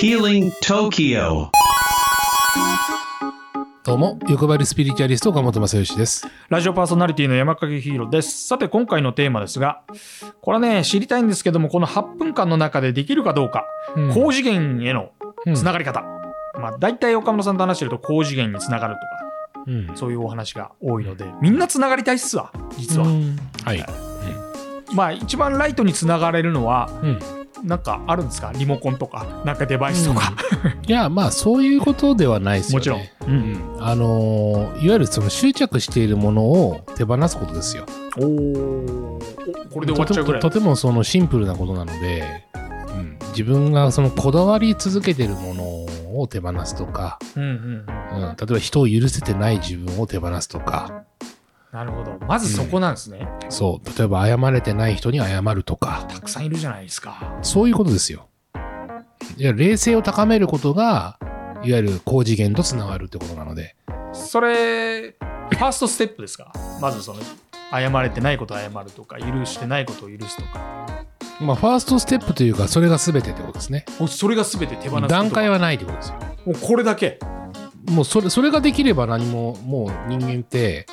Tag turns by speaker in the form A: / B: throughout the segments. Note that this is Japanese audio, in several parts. A: Healing Tokyo.
B: どうも、欲張りスピリチュアリスト岡本正義です。
C: ラジオパーソナリティの山影ヒーローです。さて、今回のテーマですが、これはね、知りたいんですけども、この8分間の中でできるかどうか、
B: うん
C: 高次元への
B: うん
C: つながり方。まあ、大体岡村さんと話してると、高次元につながるとか、
B: うん
C: そういうお話が多いので、みんなつながりたいっすわ、実は。
B: うんはい。
C: まあ、一番ライトにつながれるのは、
B: うん
C: なんかあるんですかリモコンとか、なんかデバイスとか。
B: いや、まあ、そういうことではないですよね。
C: もちろ
B: う
C: ん。う。
B: んん。あのーいわゆるその執着しているものを手放すことですよ。
C: おーおこれで終わっちゃうぐらい
B: と。てもとてもそのシンプルなことなので、うん、自分がそのこだわり続けてるものを手放すとか、
C: うんうん。
B: うん、例えば人を許せてない自分を手放すとか、
C: なるほど。まずそこなんですね。
B: そう、例えば謝れてない人に謝るとか、
C: たくさんいるじゃないですか。
B: そういうことですよ。いや冷静を高めることが、いわゆる高次元とつながるってことなので、
C: それ、ファーストステップですかまずその、謝れてないことを謝るとか、許してないことを許すとか。
B: まあ、ファーストステップというか、それが全てってことですね。
C: もうそれが全て手放すこと
B: 段階。はないってことですよ。
C: もうこれだけ。
B: もうそれ、それができれば何も、もう人間って、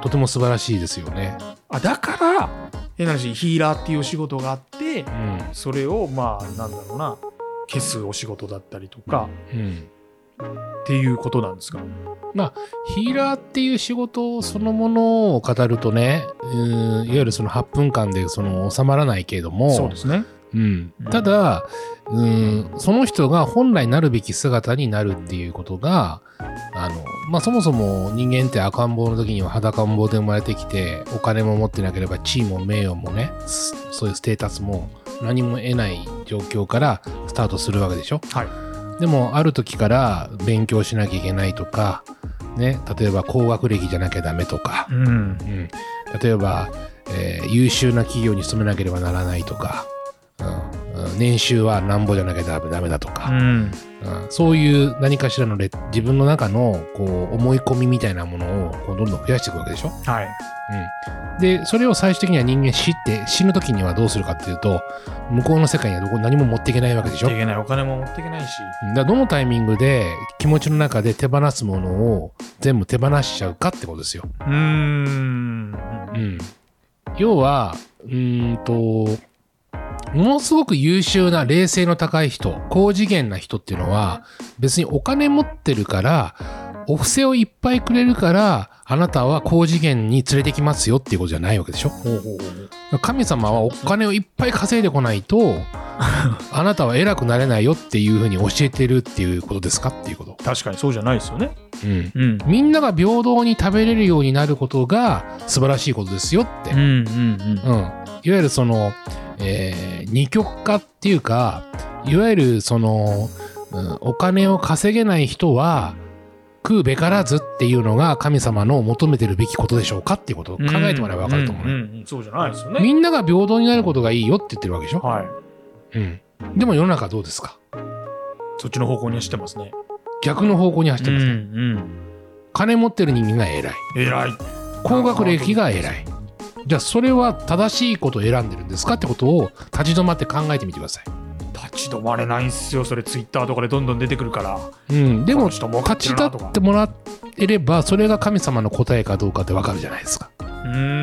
B: とても素晴らしいですよね。
C: あ、だから、変な話、ヒーラーっていうお仕事があって
B: う、ん。
C: それを、まあ、なんだろうな、消すお仕事だったりとか、
B: うん。
C: っていうことなんですか。
B: ヒーラーっていう仕事そのものを語るとね、うん、いわゆるその8分間でその収まらないけれども、
C: そうですね。
B: うん、ただ、うん、その人が本来なるべき姿になるっていうことが、あの、まあ、そもそも人間って赤ん坊の時には裸ん坊で生まれてきて、お金も持ってなければ地位も名誉もね、すそういうステータスも何も得ない状況からスタートするわけでしょ
C: はい。
B: でもある時から勉強しなきゃいけないとか、ね、例えば高学歴じゃなきゃダメとか、
C: うん
B: う。ん、例えば、えー優秀な企業に勤めなければならないとか、うんうん年収はなんぼじゃなきゃダメダメだと
C: う
B: か、
C: ん。
B: うんそういう何かしらのレ自分の中のこう思い込みみたいなものをこうどんどん増やしていくわけでしょ
C: はい。
B: でそれを最終的には人間知って死ぬ時にはどうするかっていうと向こうの世界にはどこ何も持っていけないわけでしょ
C: いけない。お金も持っていけないし。
B: だからどのタイミングで気持ちの中で手放すものを全部手放しちゃうかってことですよ。
C: うーん。
B: うん、要はうーんとものすごく優秀な冷静の高い人高次元な人っていうのは別にお金持ってるからお布施をいっぱいくれるからあなたは高次元に連れてきますよっていうことじゃないわけでしょ
C: ほうほうほう。
B: 神様はお金をいっぱい稼いでこないとあなたは偉くなれないよっていうふうに教えてるっていうことですかっていうこと。
C: 確かにそうじゃないですよね。
B: うん
C: うん。
B: みんなが平等に食べれるようになることが素晴らしいことですよって
C: うんうんうん。
B: うん、いわゆるその、えー二極化っていうかいわゆるその、うんお金を稼げない人は食うべからずっていうのが神様の求めてるべきことでしょうかっていうことを考えてもらえば分かると思うね、
C: んんんそうじゃないですよね。
B: みんなが平等になることがいいよって言ってるわけでしょ、
C: はい。
B: うん、でも世の中はどうですか
C: そっちの方向に走ってますね。
B: 逆の方向に走ってます、ね
C: ん
B: 金持ってる人間が偉い
C: うん。偉い。
B: 高学歴が偉いじゃあそれは正しいことを選んでるんですかってことを立ち止まって考えてみてください
C: 立ち止まれないんすよ。それツイッターとかでどんどん出てくるから。
B: うん、でも
C: この人儲か
B: 立
C: っ
B: ち
C: て
B: 立
C: るなとか
B: ってもらえればそれが神様の答えかどうかってわかるじゃないですか。
C: うー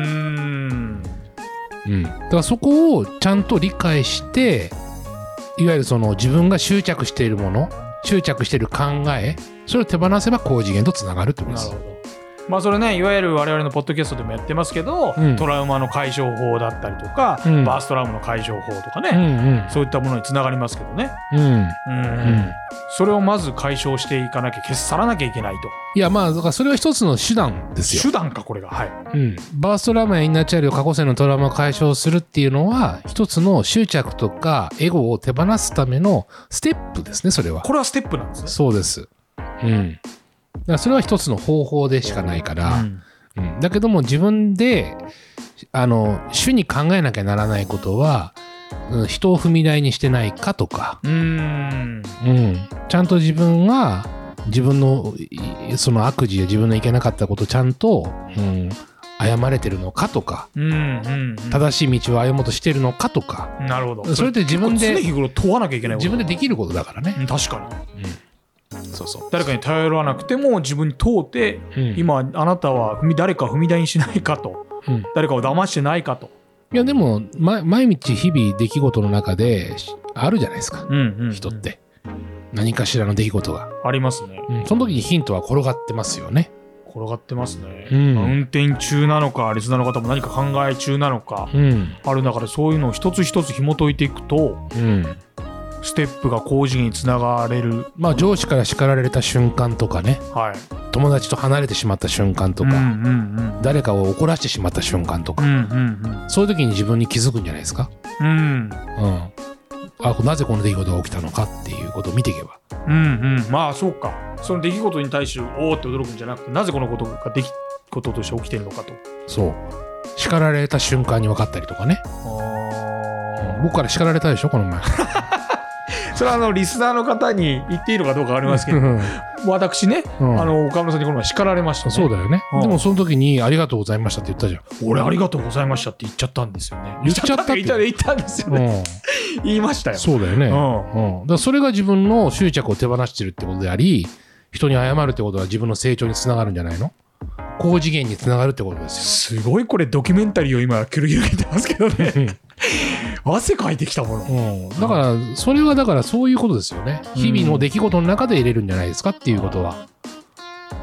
C: ん。
B: うん、だからそこをちゃんと理解していわゆるその自分が執着しているもの執着している考えそれを手放せば高次元とつながるってこと
C: な
B: で
C: る
B: す
C: ほ。ど。まあそれね、いわゆる我々のポッドキャストでもやってますけど、
B: うん
C: トラウマの解消法だったりとか、
B: うん
C: バーストラウムの解消法とか
B: うん
C: ね、そういったものにつながりますけどね。
B: うんうん
C: うん、
B: うん
C: それをまず解消していかなきゃ、消し去らなきゃいけないと。
B: いやまあだからそれは一つの手段ですよ。
C: 手段か、これが。はい。
B: うん、バーストラウマやインナーチャイルド過去世のトラウマを解消するっていうのは一つの執着とかエゴを手放すためのステップですねそれは。
C: これはステップなんですね。
B: そうです。うん。だからそれは一つの方法でしかないから、
C: うん
B: うんだけども自分で、あの、主に考えなきゃならないことは、うん人を踏み台にしてないかとか、
C: うーん。
B: うん、ちゃんと自分が、自分の、いその悪事や自分のいけなかったことをちゃんと、うん、誤れてるのかとか、
C: うんうんうん
B: 正しい道を歩もうとしてるのかとか、
C: なるほど
B: それって自分で
C: 常日頃問わなきゃいけないこと
B: 自分でできることだからね。
C: うん確かに
B: そうそう。
C: 誰かに頼らなくても自分に問うて
B: うん、
C: 今あなたは踏み誰か踏み台にしないかと
B: うん
C: 誰かを騙してないかと
B: いやでも、ま、毎日日々出来事の中でしあるじゃないですか、
C: うんうんうん
B: 人って。何かしらの出来事が、
C: ありますね
B: うん。その時にヒントは転がってますよね。
C: 転がってますね、
B: うん
C: まあ運転中なのかリスナーの方も何か考え中なのか
B: うん。
C: ある中でそういうのを一つ一つ紐解いていくと
B: うん。
C: ステップが高次元につながれる
B: まあ上司から叱られた瞬間とかね、
C: はい
B: 友達と離れてしまった瞬間とか、
C: うんうんうん
B: 誰かを怒らしてしまった瞬間と
C: う
B: か、
C: んうん
B: そういう時に自分に気づくんじゃないですか。
C: うんうん
B: うん。あ、なぜこの出来事が起きたのかっていうことを見ていけば。
C: うんうんまあそうかその出来事に対しておおって驚くんじゃなくてなぜこのことができこととして起きてるのかと
B: そう。叱られた瞬間に分かったりとかね。うん
C: あ
B: 僕から叱られたでしょ、この前。
C: それはあのリスナーの方に言っていいのかどうかありますけど
B: うん
C: 私ね、
B: うん
C: あの岡村さんにこの前叱られましたね
B: そうだよね
C: う。ん
B: でもその時に、ありがとうございましたって言ったじゃん。
C: 俺ありがとうございましたって言っちゃったんですよね。
B: 言っちゃったって
C: 言っちゃった言ったんですよね。
B: う
C: 言いましたよ
B: ん、。そうだよね。
C: う
B: うん、だからそれが自分の執着を手放してるってことであり人に謝るってことは自分の成長につながるんじゃないの高次元につながるってことで
C: ん。
B: す
C: すごいこれドキュメンタリーを今繰り広げてますけどね。
B: よ、
C: 汗かいてきたもの。
B: うん、だからそれはだからそういうことですよね
C: うん
B: 日々の出来事の中で入れるんじゃないですかっていうことは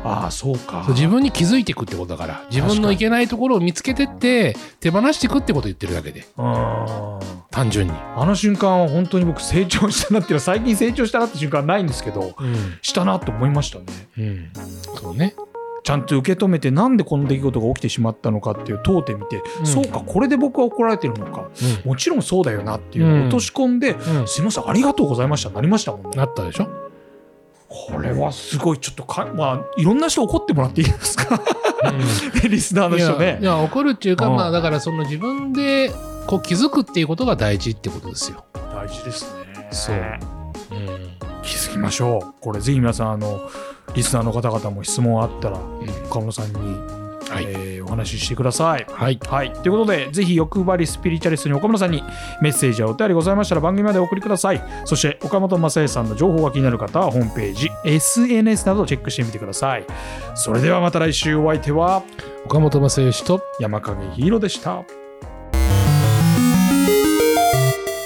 C: ああそうか
B: そう。自分に気づいていくってことだから自分のいけないところを見つけてって手放していくってことを言ってるだけで
C: うんあ
B: 単純に、
C: の瞬間は本当に僕成長したなっていうのは最近成長したなって瞬間はないんですけど
B: うん
C: したなと思いましたね。
B: うん、そうね
C: ちゃんと受け止めてなんでこの出来事が起きてしまったのかっていう問うてみて、
B: うん
C: そうかこれで僕は怒られてるのか
B: う
C: もちろんそうだよなっていうのを落とし込んで、
B: ん、うん、
C: すいませんありがとうございましたになりましたもんね。
B: なったでしょ
C: これはすごいちょっとか、まあ、いろんな人怒ってもらっていいですか リスナーの
B: いや
C: 人ね
B: い。や怒るっていうか、
C: うん
B: まあだからその自分でこう気づくっていうことが大事ってことですよ。
C: 大事ですね
B: そううん
C: 気づきましょうこれぜひ皆さんあのリスナーの方々も質問あったら岡村さんに、
B: はい
C: えーお話ししてください。
B: はい。
C: はい、ということでぜひ欲張りスピリチュアリストに岡村さんにメッセージやお便りございましたら番組までお送りくださいそして岡本正恵さんの情報が気になる方はホームページ SNS などをチェックしてみてくださいそれではまた来週お相手は
B: 岡本正義と
C: 山影ヒーローでした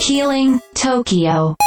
D: Healing Tokyo.